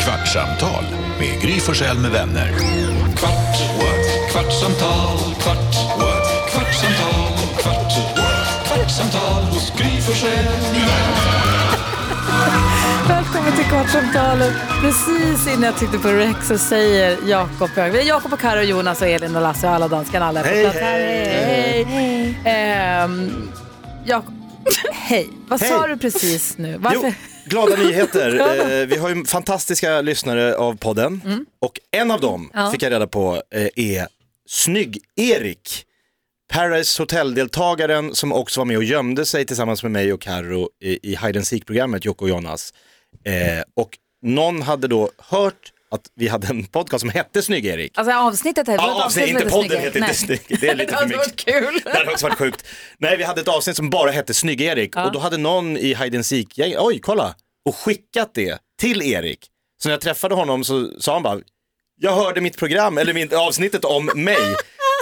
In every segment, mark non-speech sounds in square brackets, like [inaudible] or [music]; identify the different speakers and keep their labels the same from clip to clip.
Speaker 1: Kvartsamtal med Gry Forssell med vänner. Kvart, what? kvartsamtal, kvart, what? kvartsamtal, kvart, what? kvartsamtal, Gry Forssell med vänner.
Speaker 2: Välkommen till Kvartsamtalet. Precis innan jag tryckte på Rex så säger Jakob Högberg, Jakob och Karo, Jonas och Elin och Lasse och alla danskarna. Alla är på
Speaker 3: Hej,
Speaker 2: plats.
Speaker 3: hej.
Speaker 2: hej. Ehm, Jakob, hej. Vad sa
Speaker 3: Hej.
Speaker 2: du precis nu?
Speaker 3: Jo,
Speaker 2: Varför? [laughs]
Speaker 3: glada nyheter. Eh, vi har ju fantastiska lyssnare av podden och en av dem
Speaker 2: Mm. Ja.
Speaker 3: fick jag reda på eh, är Snygg-Erik. Paradise Hotel-deltagaren som också var med och gömde sig tillsammans med mig och Carro i, i Hide and Seek-programmet, Jocke och Jonas. Eh, och någon hade då hört att vi hade en podcast som hette Snygg-Erik.
Speaker 2: Alltså avsnittet här. var ett
Speaker 3: Ja, avsnitt,
Speaker 2: avsnitt som
Speaker 3: inte podden
Speaker 2: Snygg-Erik.
Speaker 3: heter inte
Speaker 2: Nej. Alltså,
Speaker 3: Snygg, det är lite för
Speaker 2: Det var
Speaker 3: mycket.
Speaker 2: kul.
Speaker 3: Det hade också varit sjukt. Nej, vi hade ett avsnitt som bara hette Snygg-Erik och då hade någon i Hide seek oj kolla, och skickat det till Erik. Så när jag träffade honom så sa han bara, jag hörde mitt program, eller mitt avsnittet om mig,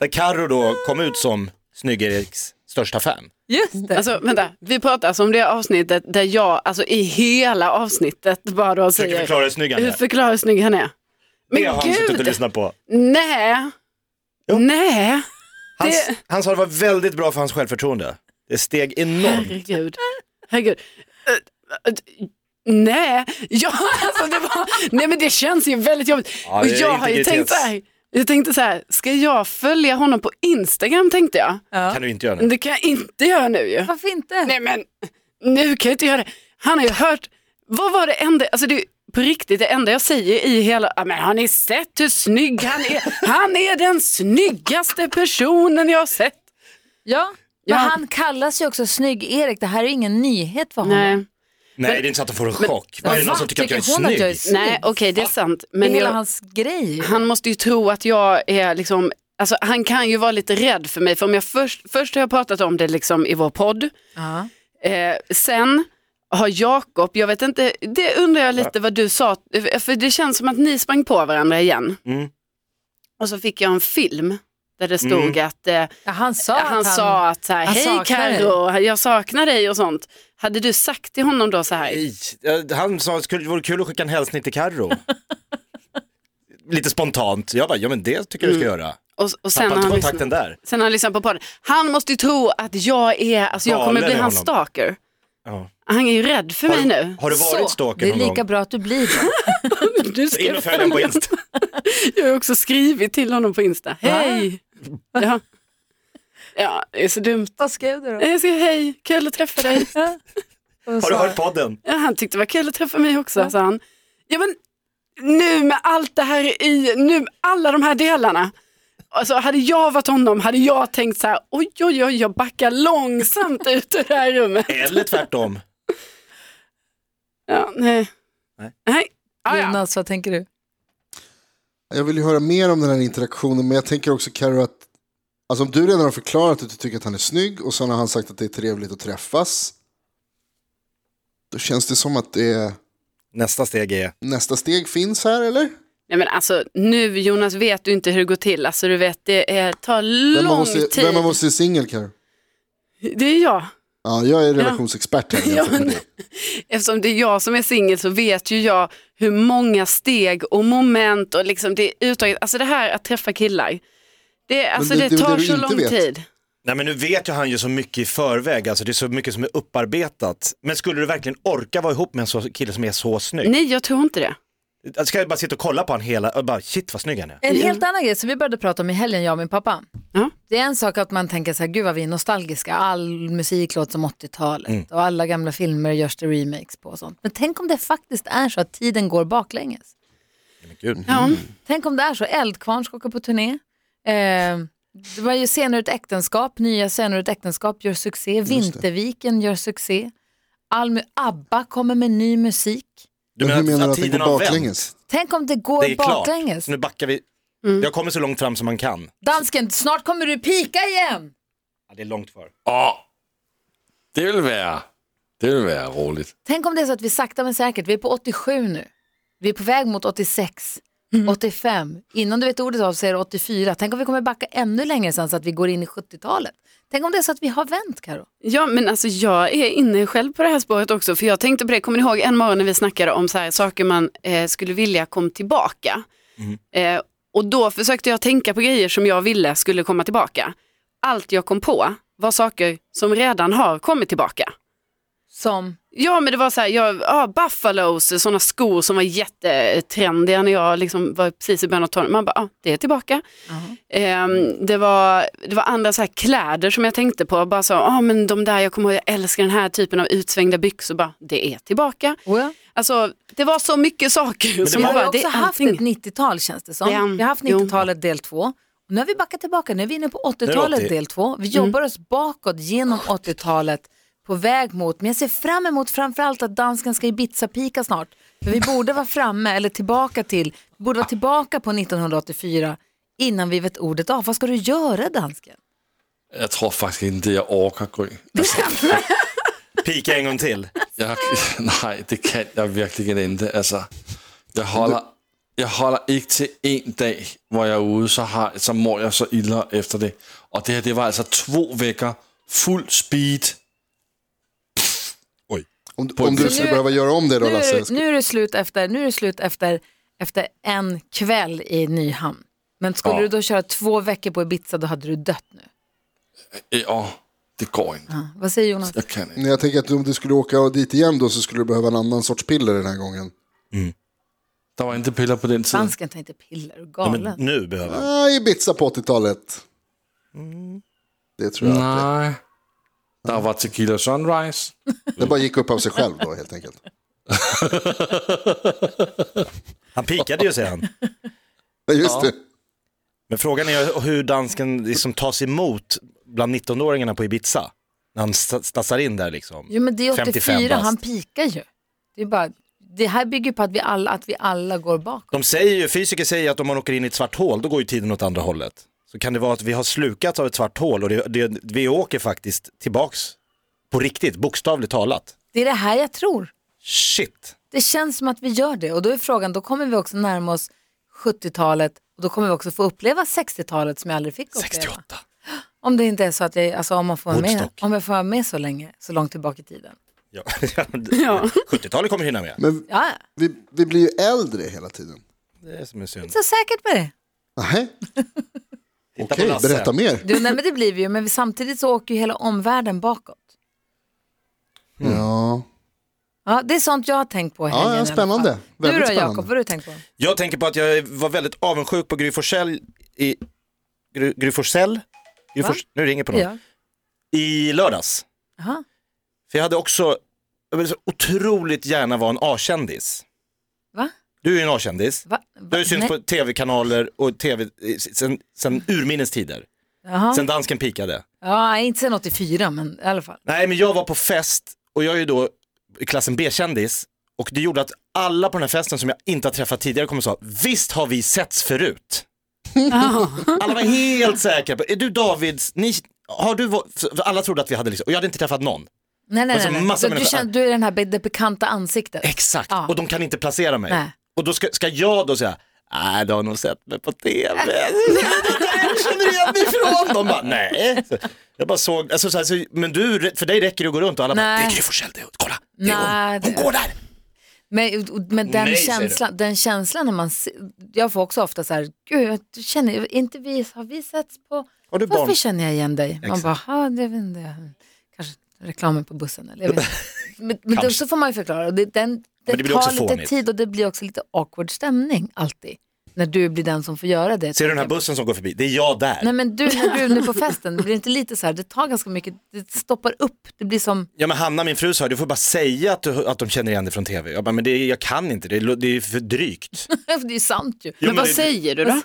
Speaker 3: där Karo då kom ut som Snygg-Eriks största fan.
Speaker 2: Just det.
Speaker 4: Alltså vänta, vi pratar alltså om det avsnittet där jag alltså i hela avsnittet bara då
Speaker 3: Försöker
Speaker 4: säger
Speaker 3: förklara hur snygg han
Speaker 4: hur
Speaker 3: är.
Speaker 4: förklarar hur snygg han är.
Speaker 3: Det har
Speaker 4: Men
Speaker 3: han suttit och
Speaker 4: gud,
Speaker 3: lyssnat på.
Speaker 4: nej,
Speaker 3: Jo.
Speaker 4: nej,
Speaker 3: Han,
Speaker 4: Det-
Speaker 3: han sa det var väldigt bra för hans självförtroende. Det steg enormt.
Speaker 4: herregud, herregud. Ö, ö, Nej, ja, [laughs] alltså det var, nej men det känns ju väldigt jobbigt.
Speaker 3: Ja,
Speaker 4: och
Speaker 3: det är
Speaker 4: jag har ju tänkt
Speaker 3: integritets-
Speaker 4: så här, jag tänkte så här, ska jag följa honom på Instagram tänkte jag.
Speaker 2: Ja.
Speaker 3: Kan du inte göra
Speaker 4: Men
Speaker 3: nu.
Speaker 4: det kan jag inte göra nu ju.
Speaker 2: Varför inte?
Speaker 4: Nej men nu kan jag inte göra det. Han har ju hört, vad var det enda, alltså det är på riktigt det enda jag säger i hela, ja, men har ni sett hur snygg han är? Han är den snyggaste personen jag har sett.
Speaker 2: Ja.
Speaker 4: Ja.
Speaker 2: Men han kallas ju också Snygg-Erik. Det här är ingen nyhet för honom.
Speaker 4: Nej,
Speaker 3: Nej, det är inte så att de får en chock. Var det
Speaker 2: Va?
Speaker 3: någon som tycker att jag är
Speaker 2: Tycker hon att jag är
Speaker 3: snygg?
Speaker 2: snygg?
Speaker 4: nej okej det är sant.
Speaker 2: Det är
Speaker 4: Men
Speaker 2: hela
Speaker 4: jag,
Speaker 2: hans grej.
Speaker 4: han måste ju tro att jag är liksom, alltså han kan ju vara lite rädd för mig. För om jag först, först har jag pratat om det liksom i vår podd.
Speaker 2: Ja.
Speaker 4: Eh, sen har Jakob, jag vet inte, det undrar jag lite vad du sa, eh, för det känns som att ni sprang på varandra igen.
Speaker 3: Mm.
Speaker 4: Och så fick jag en film där det stod
Speaker 3: Mm.
Speaker 4: att eh,
Speaker 2: Ja, han sa
Speaker 4: han,
Speaker 2: att han...
Speaker 4: sa att så här,
Speaker 2: han
Speaker 4: hej
Speaker 2: saknar dig."
Speaker 4: Karo, jag saknar dig och sånt. Hade du sagt till honom då så här?
Speaker 3: Nej, eh, han sa att det vore kul att skicka en hälsning till Carro.
Speaker 4: [laughs]
Speaker 3: Lite spontant, jag bara, ja men det tycker jag du ska göra.
Speaker 4: Och, och Mm. sen
Speaker 3: Tappa
Speaker 4: har
Speaker 3: inte
Speaker 4: han
Speaker 3: kontakten
Speaker 4: lyssnat,
Speaker 3: där.
Speaker 4: sen har han lyssnat på podden. Han måste ju tro att jag är, alltså jag kommer
Speaker 3: Galen
Speaker 4: bli
Speaker 3: är
Speaker 4: hans
Speaker 3: honom.
Speaker 4: stalker.
Speaker 3: Ja.
Speaker 4: Han är ju rädd för mig nu. [laughs]
Speaker 3: Har du varit stalker
Speaker 2: det är
Speaker 3: någon
Speaker 2: lika
Speaker 3: gång?
Speaker 2: bra att du blir det.
Speaker 4: Du
Speaker 3: In
Speaker 4: skrev,
Speaker 3: och följ
Speaker 4: [laughs]
Speaker 3: den på Insta.
Speaker 4: jag har också skrivit till honom på Insta. Hej! Ja. ja, det är så dumt.
Speaker 2: [laughs] Vad skrev du då?
Speaker 4: Jag säger hej, kul att träffa dig.
Speaker 3: Har du hört podden?
Speaker 4: Ja, han tyckte det var kul att träffa mig också, sa han. Ja, men nu med allt det här i, nu alla de här delarna. Alltså hade jag varit honom hade jag tänkt så här, oj oj oj, jag backar långsamt ut ur det här rummet.
Speaker 3: Eller tvärtom.
Speaker 4: Ja, nej.
Speaker 3: Nej.
Speaker 4: nej. Ah, ja.
Speaker 2: Jonas, vad tänker du?
Speaker 5: Jag vill ju höra mer om den här interaktionen, men jag tänker också Carro att alltså, om du redan har förklarat att du tycker att han är snygg och sen har han sagt att det är trevligt att träffas. Då känns det som att det är,
Speaker 3: Nästa steg är,
Speaker 5: nästa steg finns här, eller?
Speaker 4: nej men alltså nu Jonas vet du inte hur det går till. Alltså du vet det är, tar
Speaker 5: Vem
Speaker 4: lång
Speaker 5: av oss är,
Speaker 4: tid.
Speaker 5: vem av oss är singel, Carro?
Speaker 4: Det är jag.
Speaker 5: Ja, jag är relationsexpert här
Speaker 4: Ja,
Speaker 5: jämfört med
Speaker 4: men-
Speaker 5: dig.
Speaker 4: Eftersom det är jag som är singel så vet ju jag hur många steg och moment och liksom det är uttaget. Alltså det här att träffa killar, det, alltså
Speaker 5: det-
Speaker 4: det,
Speaker 5: det är väl
Speaker 4: tar
Speaker 5: det du
Speaker 4: så
Speaker 5: inte
Speaker 4: lång
Speaker 5: vet.
Speaker 4: tid.
Speaker 3: nej men nu vet ju han ju så mycket i förväg, alltså det är så mycket som är upparbetat. Men skulle du verkligen orka vara ihop med en så, kille som är så snygg?
Speaker 4: Nej, jag tror inte det.
Speaker 3: Alltså, Ska jag bara sitta och kolla på honom hela, och bara shit vad snygg han är.
Speaker 2: En helt annan grej som vi började prata om i helgen, jag och min pappa.
Speaker 4: Ja.
Speaker 2: Det är en sak att man tänker så här, gud vad vi är nostalgiska, all musik låter som 80-talet
Speaker 3: Mm.
Speaker 2: och alla gamla filmer görs det remakes på och sånt. Men tänk om det faktiskt är så att tiden går baklänges.
Speaker 3: Men gud.
Speaker 4: Ja.
Speaker 2: Tänk om det är så, Eldkvarn ska åka på turné. Eh, det var ju senare ett äktenskap, nya senare ett äktenskap gör succé, Vinterviken gör succé. All, mu- Abba kommer med ny musik.
Speaker 3: Du
Speaker 5: Men hur menar du att
Speaker 3: tiden
Speaker 5: den går
Speaker 3: har vänt?
Speaker 5: baklänges?
Speaker 2: Tänk om det går
Speaker 3: Det är klart.
Speaker 2: baklänges.
Speaker 3: Nu backar vi,
Speaker 2: Mm.
Speaker 3: jag kommer så långt fram som man kan.
Speaker 2: Dansken, snart kommer du pika igen.
Speaker 3: Ja, det är långt kvar.
Speaker 6: Det vil være, det vil være roligt.
Speaker 2: Tänk om det är så att vi sakta men säkert, vi är på 87 nu. Vi är på väg mot 86. 85. Innan du vet ordet av så är det 84. Tänk om vi kommer backa ännu längre sen så att vi går in i 70-talet. Tänk om det är så att vi har vänt, Karo.
Speaker 4: Ja, men alltså jag är inne själv på det här spåret också, för jag tänkte på det, kommer ni ihåg en morgon när vi snackade om så här, saker man eh, skulle vilja kom tillbaka?
Speaker 5: Mm.
Speaker 4: Eh, och då försökte jag tänka på grejer som jag ville skulle komma tillbaka. Allt jag kom på var saker som redan har kommit tillbaka.
Speaker 2: Som,
Speaker 4: Ja, men det var så här, jag, ja, buffalos, sådana skor som var jättetrendiga när jag liksom var precis i början av tonåren. Man bara, ja, det är tillbaka. Ehm, det, var, det var andra så här kläder som jag tänkte på, bara så, ja men de där, jag kommer ihåg, jag älskar den här typen av utsvängda byxor, bara, det är tillbaka.
Speaker 2: oh ja.
Speaker 4: Alltså, det var så mycket saker. som
Speaker 2: Vi
Speaker 4: jag
Speaker 2: har ju
Speaker 4: bara, det
Speaker 2: också
Speaker 4: är
Speaker 2: haft
Speaker 4: allting.
Speaker 2: ett 90-tal känns det som.
Speaker 4: Ja.
Speaker 2: Vi har haft
Speaker 4: Jo.
Speaker 2: 90-talet del 2. Nu har vi backat tillbaka, nu är vi inne på
Speaker 3: Nu är det
Speaker 2: 80-talet
Speaker 3: 80.
Speaker 2: del 2. Vi jobbar oss bakåt genom 80-talet på väg mot, men jag ser fram emot framförallt att dansken ska Ibiza-pika snart. För vi borde vara framme, eller tillbaka till, vi borde vara tillbaka på 1984 innan vi vet ordet av. Vad ska du göra dansken?
Speaker 6: Jag tror faktiskt inte jag orkar gå.
Speaker 3: Pika en gång till.
Speaker 6: Jag, nej, det kan jag verkligen inte. Alltså, jag, håller, jag håller inte till en dag hvor jag är ute så, har, så mår jag så illa efter det. Och det här det var alltså två veckor full speed. Oj.
Speaker 5: Om,
Speaker 6: På-
Speaker 5: om du
Speaker 6: Så
Speaker 5: skulle
Speaker 2: nu-
Speaker 5: behöva göra om det då
Speaker 2: Nu är,
Speaker 5: Lasse.
Speaker 2: det- nu är det slut, efter, nu är det slut efter, efter en kväll i Nyhamn. Men skulle
Speaker 6: Ja.
Speaker 2: du då köra två veckor på Ibiza då hade du dött nu.
Speaker 6: Ja, øh, det går inte.
Speaker 2: Ja, vad säger Jonas?
Speaker 6: Jag kan inte.
Speaker 5: Nej, Jag tänker att om du skulle åka dit igen då så skulle du behöva en annan sorts piller den här gången.
Speaker 6: Det var inte piller på den tiden.
Speaker 2: Dansken tar inte piller, är du
Speaker 3: Ja,
Speaker 2: galen.
Speaker 3: men nu behöver han.
Speaker 5: Ah, Ibiza på 80-talet. Det tror jag. att
Speaker 6: Nej. Det var Tequila Sunrise.
Speaker 5: Det, det bara gick upp av sig själv då
Speaker 3: [laughs]
Speaker 5: helt enkelt.
Speaker 3: Han pikade ju säger han.
Speaker 5: Ja, Just det.
Speaker 3: Men frågan är hur dansken liksom tas emot bland 19-åringarna på Ibiza. När han sta- stassar in där liksom.
Speaker 2: Jo men det är
Speaker 3: 55
Speaker 2: 84,
Speaker 3: bast.
Speaker 2: han pikar ju. Det, är bara, det här bygger på att vi alla, att vi alla går bakåt.
Speaker 3: De säger ju, fysiker säger att om man åker in i ett svart hål, då går ju tiden åt andra hållet. Så kan det vara att vi har slukats av ett svart hål och det, det, vi åker faktiskt tillbaks på riktigt, bokstavligt talat.
Speaker 2: Det är det här jag tror.
Speaker 3: Shit!
Speaker 2: Det känns som att vi gör det och då är frågan, då kommer vi också närma oss 70-talet och då kommer vi också få uppleva 60-talet som jag aldrig fick uppleva.
Speaker 3: 68.
Speaker 2: Om det inte är så att jag, alltså om man får vara med,
Speaker 3: Woodstock.
Speaker 2: om jag får vara med så länge, så långt tillbaka i tiden.
Speaker 3: Ja. [laughs]
Speaker 4: Ja.
Speaker 3: 70-talet kommer hinna med.
Speaker 5: Men
Speaker 2: Ja, ja.
Speaker 5: vi, vi blir ju äldre hela tiden.
Speaker 3: Det är som är synd.
Speaker 2: så säkert med det.
Speaker 5: Nej,
Speaker 3: Titta på
Speaker 5: okej,
Speaker 3: Lasse.
Speaker 5: berätta mer.
Speaker 2: Du, nej men det blir vi ju, men vi- samtidigt så åker ju hela omvärlden bakåt.
Speaker 3: Mm.
Speaker 5: Ja,
Speaker 2: Ja, det är sånt jag har tänkt på i helgen
Speaker 5: ja,
Speaker 2: i alla
Speaker 5: spännande.
Speaker 2: fall. Du
Speaker 5: Väldigt
Speaker 2: då Jakob,
Speaker 5: spännande.
Speaker 2: vad har du tänkt på?
Speaker 3: Jag tänker på att jag var väldigt avundsjuk på Gry Forssell i... Gry, Gry Forssell? Gry
Speaker 2: Va?
Speaker 3: Fors, nu ringer på någon.
Speaker 2: Ja.
Speaker 3: I lördags.
Speaker 2: Aha.
Speaker 3: För jag hade också, jag ville så otroligt gärna vara en A-kändis.
Speaker 2: Va?
Speaker 3: Du är ju en A-kändis.
Speaker 2: Va?
Speaker 3: Du har ju synts
Speaker 2: Nej.
Speaker 3: på tv-kanaler och tv eh, sen, sen urminnes tider.
Speaker 2: Jaha.
Speaker 3: Sen dansken pikade.
Speaker 2: Ja, inte sen 84 men i alla fall.
Speaker 3: Nej men jag var på fest och jag är ju då i klassen B-kändis och det gjorde att alla på den här festen som jag inte har träffat tidigare kommer och sa visst har vi setts förut. alla var helt säkra på, är du Davids, ni, har du, va- för alla trodde att vi hade liksom, och jag hade inte träffat någon.
Speaker 2: Nej, nej,
Speaker 3: Och så
Speaker 2: nej. nej. Så
Speaker 3: Alltså, massa
Speaker 2: du,
Speaker 3: människor-
Speaker 2: känner, du är den här, be- det bekanta ansiktet.
Speaker 3: Exakt,
Speaker 2: Ja.
Speaker 3: och de kan inte placera mig.
Speaker 2: Nej.
Speaker 3: Och då ska, ska jag då säga, nej du har nog sett mig på tv. Det [laughs] där känner igen mig ifrån. De bara, nej. Så Jag bara såg, alltså, så här, så, men du, för dig räcker det att gå runt och alla bara,
Speaker 2: Nej.
Speaker 3: det är Gry Forssell, det är- kolla, det
Speaker 2: Nej,
Speaker 3: är hon,
Speaker 2: det-
Speaker 3: hon går där.
Speaker 2: Men, och- men den,
Speaker 3: Nej, säger du.
Speaker 2: känslan, den känslan när man se- jag får också ofta så här, gud jag känner, inte vi, har vi setts på,
Speaker 3: Har du
Speaker 2: varför
Speaker 3: barn?
Speaker 2: känner jag igen dig? Man
Speaker 3: Exakt.
Speaker 2: bara, "Ha, det vet inte, jag. kanske reklamen på bussen eller jag vet
Speaker 3: [laughs]
Speaker 2: inte. Men, men då så får man ju förklara, och det, den, det,
Speaker 3: Men det blir också
Speaker 2: tar lite
Speaker 3: fånigt.
Speaker 2: tid och det blir också lite awkward stämning alltid. När du blir den som får göra det.
Speaker 3: Ser du den här bussen som går förbi? Det är jag där.
Speaker 2: Nej men du, när du är nu på festen, det blir inte lite så här, det tar ganska mycket, det stoppar upp, det blir som, [laughs]
Speaker 3: Ja men Hanna, min fru, sa du får bara säga att, du, att de känner igen dig från tv. Jag bara, men det, jag kan inte, det, är- det är
Speaker 2: [laughs]
Speaker 3: för drygt.
Speaker 2: det är ju sant ju.
Speaker 3: Jo,
Speaker 4: Men vad
Speaker 3: det-
Speaker 4: säger du då?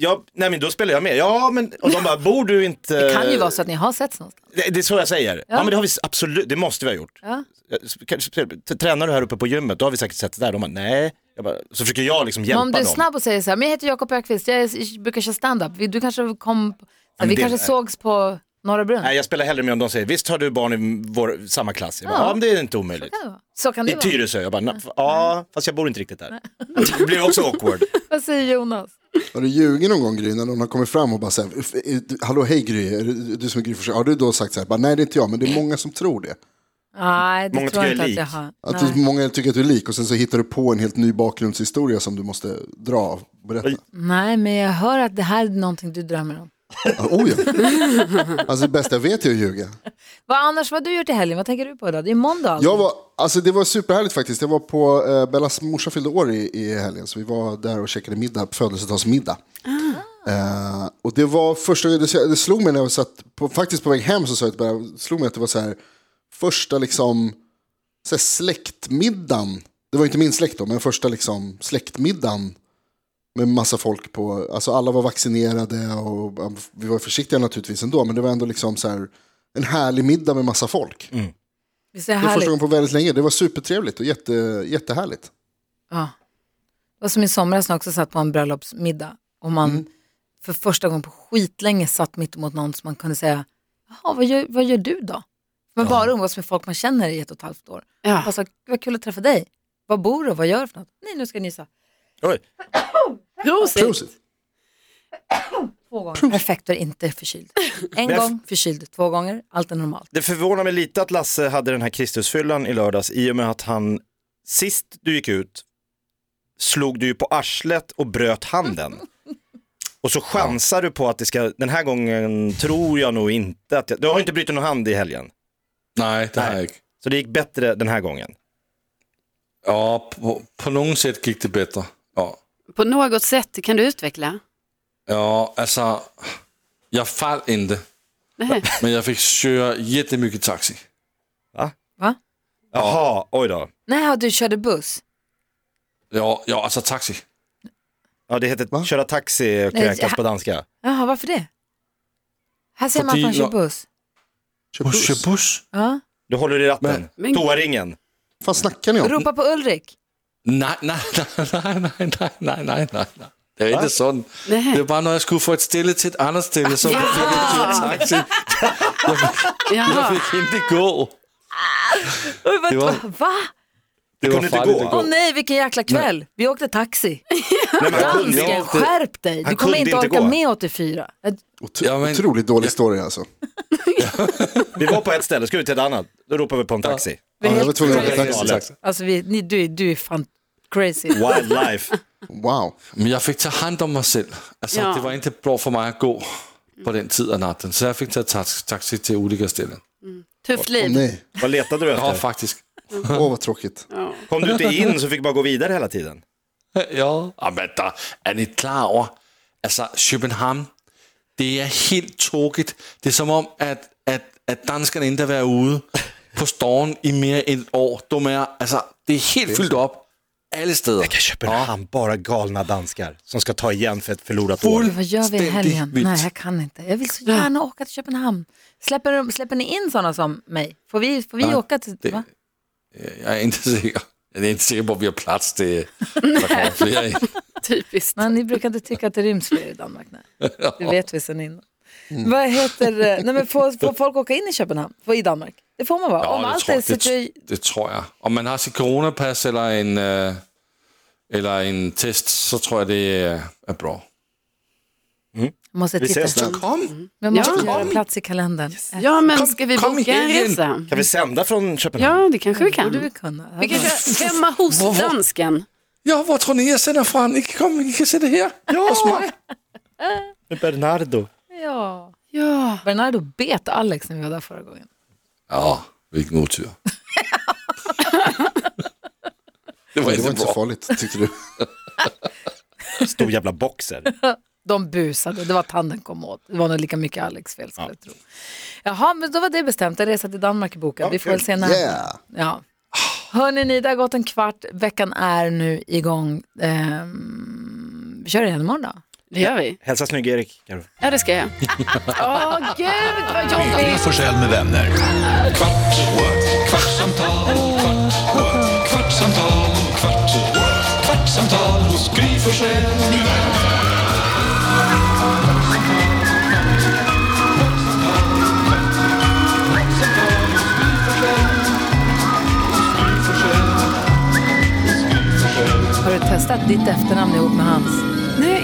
Speaker 3: Jag, nej men då spelar jag med. Ja men, och de bara, bor du inte...
Speaker 2: Det kan ju vara så att ni har setts någonstans.
Speaker 3: Det, det är så jag säger. Ja. men det har vi s- absolut, det måste vi ha gjort. Eh,
Speaker 2: Ja.
Speaker 3: Kanske, tränar du här uppe på gymmet, då har vi säkert sett det där. De bara, nej. Jag bara, så försöker jag liksom hjälpa
Speaker 2: Men om du är
Speaker 3: dem.
Speaker 2: snabb och säger så här, men jag heter Jakob Ökvist, jag är- brukar köra stand-up, Vi- du kanske kom, på-
Speaker 3: men
Speaker 2: vi
Speaker 3: det-
Speaker 2: kanske sågs på Norra Brunn.
Speaker 3: Nej, jag spelar hellre med om de säger, visst har du barn i vår, samma klass? Jag bara, ja. men det är inte omöjligt.
Speaker 2: Ja, det var- Så kan
Speaker 3: I
Speaker 2: det vara.
Speaker 3: Tyresö, jag bara, "Na- f- ja, fast jag bor inte riktigt där. [laughs] Det blir
Speaker 2: [laughs]
Speaker 3: också awkward.
Speaker 2: Vad säger Jonas?
Speaker 5: Har du ljugit någon gång Gry när någon har kommit fram och bara så här, "F- är du- hallå hej Gry, är du, du som är Gry Forssell?" Har du då sagt så här, bara, nej det är inte jag, men det är många som tror det.
Speaker 2: Nej, det
Speaker 3: Många
Speaker 2: tror jag
Speaker 3: tycker
Speaker 2: inte
Speaker 3: jag
Speaker 2: att
Speaker 3: är
Speaker 2: jag
Speaker 3: lik.
Speaker 2: har.
Speaker 5: Att
Speaker 2: Nej.
Speaker 5: du, många tycker att du är lik och sen så hittar du på en helt ny bakgrundshistoria som du måste dra av. Berätta.
Speaker 3: Oj.
Speaker 2: Nej, men jag hör att det här är någonting du drömmer om.
Speaker 5: Ah, Oj, ja. Alltså det bästa jag vet är att ljuga.
Speaker 2: Vad annars, vad har du gjort i helgen? Vad tänker du på idag? Det är måndag alltså.
Speaker 5: Jag var, alltså det var superhärligt faktiskt. Jag var på, eh, Bellas morsa fyllde år i, i helgen, så vi var där och käkade middag, födelsedagsmiddag. Eh, och det var första, det, det slog mig när jag satt, på, faktiskt på väg hem så sa jag till Bella, det slog mig att det var så här, första liksom, så här släktmiddagen, det var ju inte min släkt då, men första liksom släktmiddagen med massa folk på, alltså alla var vaccinerade och ja, vi var försiktiga naturligtvis ändå, men det var ändå liksom så här, en härlig middag med massa folk.
Speaker 2: Visst är det
Speaker 5: Det var första
Speaker 2: härligt?
Speaker 5: gången på väldigt länge. Det var supertrevligt och jätte, jättehärligt.
Speaker 2: Ja. Det var som i somras när jag också satt på en bröllopsmiddag och man
Speaker 5: Mm.
Speaker 2: för första gången på skitlänge satt mitt emot någon som man kunde säga, jaha, vad gör, vad gör du då? Man bara umgås med folk man känner i ett och ett halvt år.
Speaker 3: Ah.
Speaker 4: Ja.
Speaker 2: Alltså, vad kul att träffa dig. Var bor du? Vad gör du för något? Nej, nu ska jag nysa.
Speaker 3: Oj.
Speaker 4: Prosit.
Speaker 5: Prosit.
Speaker 2: Två gånger. Perfekt, du är inte
Speaker 3: [laughs]
Speaker 2: förkyld. En
Speaker 3: jag-
Speaker 2: gång förkyld, två gånger, allt är normalt.
Speaker 3: Det förvånar mig lite att Lasse hade den här Kristusfyllan i lördags i och med att han, sist du gick ut, slog du ju på arslet och bröt handen. Och så chansar du på att det ska, den här gången tror jag nog inte att jag, du har inte brutit någon hand i helgen.
Speaker 6: Nej, det har jeg ikke.
Speaker 3: Så det gick bättre den här gången.
Speaker 6: Ja, på, på nogen sätt gik det bedre. Ja.
Speaker 4: På något sätt, kan du utveckla?
Speaker 6: Ja, alltså, altså, jeg faldt ikke,
Speaker 4: Nej. [laughs]
Speaker 6: men jeg fik søger jättemycket taxi.
Speaker 2: Va?
Speaker 3: Jaha, oj då.
Speaker 2: Nej, du körde buss?
Speaker 6: Ja, ja, altså taxi.
Speaker 3: Ja, det heter köra taxi och
Speaker 2: Nej,
Speaker 3: kräkas
Speaker 2: ja.
Speaker 3: på danska.
Speaker 2: Jaha, varför det? Här ser man att
Speaker 6: Fordi
Speaker 2: man kör
Speaker 6: jag-
Speaker 2: buss.
Speaker 5: Kör
Speaker 6: Bus.
Speaker 5: puss.
Speaker 6: Bus. bus.
Speaker 2: Ja.
Speaker 3: Du håller i ratten.
Speaker 6: Men-
Speaker 4: Men-
Speaker 3: Toaringen.
Speaker 5: Vad snackar ni om?
Speaker 2: Ropa på Ulrik.
Speaker 6: Nej, nej, nej, nej, nej, nej, nej, nej, nej, nej. Det er ikke sådan.
Speaker 4: Nej.
Speaker 6: Det var bare, når jeg skulle få et stille til et andet stille, så fik jeg en tur taxi. Jeg
Speaker 4: Jaha.
Speaker 6: fik ikke gå.
Speaker 2: Oj, vad,
Speaker 6: Det var-
Speaker 2: Va?
Speaker 6: Det
Speaker 3: kunde inte gå.
Speaker 2: Åh nej, vilken jäkla kväll. Vi åkte taxi.
Speaker 3: Nej, men han kunde
Speaker 2: Dansken,
Speaker 3: ju inte.
Speaker 2: skärp dig. Du
Speaker 3: han
Speaker 2: kommer
Speaker 3: kunde
Speaker 2: inte
Speaker 3: inte
Speaker 2: orka
Speaker 3: gå.
Speaker 2: med 84.
Speaker 5: Otro-
Speaker 6: Ja, men-
Speaker 5: Otroligt dålig story alltså.
Speaker 3: Vi var på ett ställe, skulle till ett annat. Då ropade vi på en taxi.
Speaker 5: Ja, jag var tvungen att
Speaker 3: Det är
Speaker 5: åka taxi.
Speaker 3: galet.
Speaker 2: Alltså, vi, ni, du, är- du är fan crazy.
Speaker 3: Wildlife.
Speaker 5: Wow.
Speaker 6: Men jeg fik taget hand om mig selv. Altså,
Speaker 4: Ja.
Speaker 6: det var ikke bra for mig at gå på den tid af natten, så jeg fik taget tax- taxi til olika ställen.
Speaker 4: Tufft
Speaker 5: Åh,
Speaker 4: liv.
Speaker 5: nej.
Speaker 3: Vad letade du
Speaker 6: Ja,
Speaker 3: efter?
Speaker 6: faktisk.
Speaker 5: Åh, vad tråkigt.
Speaker 3: Kom du inte [laughs] in så fick du bara gå vidare hela tiden.
Speaker 6: [laughs] ja. Jamen, der er ni klar over, altså København, det er helt tokigt. Det er som om, at, at, at danskerne ikke har været [laughs] ude på stormen i mere end et år. De er, altså, det er helt fyldt op alle steder.
Speaker 3: Köpenhamn, bara galna danskar som ska ta igen för ett förlorat år.
Speaker 2: Gud, vad gör vi i
Speaker 6: Ständigt
Speaker 2: helgen?
Speaker 6: vilt.
Speaker 2: Nej, jag kan inte. Jag vill så gärna åka till Köpenhamn. Släpper, de- släpper ni in sådana som mig? Får vi, får vi
Speaker 6: Nej,
Speaker 2: åka till...
Speaker 6: det-
Speaker 2: Va?
Speaker 6: Jeg er ikke sikker. Jeg er ikke sikker på, at vi har plads [laughs] til, at der kommer flere ind.
Speaker 4: Typiskt.
Speaker 2: Nej, ni brukar inte tycka att det ryms fler i Danmark.
Speaker 6: [laughs]
Speaker 2: Nej. Det vet vi sedan innan.
Speaker 6: Mm.
Speaker 2: Vad heter det? Nej, men
Speaker 6: [laughs]
Speaker 2: får, får folk åka in i Köpenhamn? Får- I Danmark? Det får man vara. Om
Speaker 6: det,
Speaker 2: allt
Speaker 6: tror,
Speaker 2: är
Speaker 6: det,
Speaker 2: situ-
Speaker 6: det tror jeg. Om man har sit coronapas eller en, øh, eller en test, så tror jeg, det er, er bra.
Speaker 2: Jag måste
Speaker 3: Vi
Speaker 2: titta.
Speaker 3: ses
Speaker 6: Mm-hmm.
Speaker 3: snart.
Speaker 6: Kom!
Speaker 2: Men jag måste
Speaker 4: Ja.
Speaker 2: göra plats i kalendern. Äh,
Speaker 4: Ja, men ska vi
Speaker 6: kom
Speaker 4: boka en
Speaker 6: igen.
Speaker 4: resa?
Speaker 3: Kan vi sända från Köpenhamn?
Speaker 4: Ja, det kanske vi
Speaker 2: borde vi
Speaker 4: kan.
Speaker 2: kunna.
Speaker 4: Vi kan köra hemma hos dansken.
Speaker 6: Ja, hvor tror ni, jeg sender fra? I kan komme, I kan sidde her. Ja, hos mig.
Speaker 3: Ja. Bernardo.
Speaker 2: Ja.
Speaker 4: Ja.
Speaker 2: Bernardo bet Alex när vi var där förra gången.
Speaker 6: Ja, hvilken otyr. [laughs] det var
Speaker 5: Nej, det var
Speaker 6: ikke
Speaker 5: inte så
Speaker 6: bra.
Speaker 5: farligt, tyckte du.
Speaker 3: Stor jävla boxer.
Speaker 2: De busade, det var tanden kom åt. Det var nog lika mycket Alex fel skulle jag tro. Jaha, men då var det bestämt. En resa till Danmark är bokad. Vi får väl se när.
Speaker 5: Yeah.
Speaker 2: Ja. Hörni, ni, det har gått en kvart. Veckan är nu igång. Ehm, vi kör igen imorgon då.
Speaker 4: Det gör vi.
Speaker 3: Hälsa snygg Erik. Karo.
Speaker 4: Ja, det ska jag. [laughs] Åh, gud vad jobbigt.
Speaker 1: Gry Forssell med vänner. Kvart, what? kvartsamtal, kvart, what? kvartsamtal, kvart, what? kvartsamtal hos Gry Forssell med vänner. Kvartsamtal, kvartsamtal,
Speaker 2: testa att ditt efternamn är ihop med hans?
Speaker 4: Nej,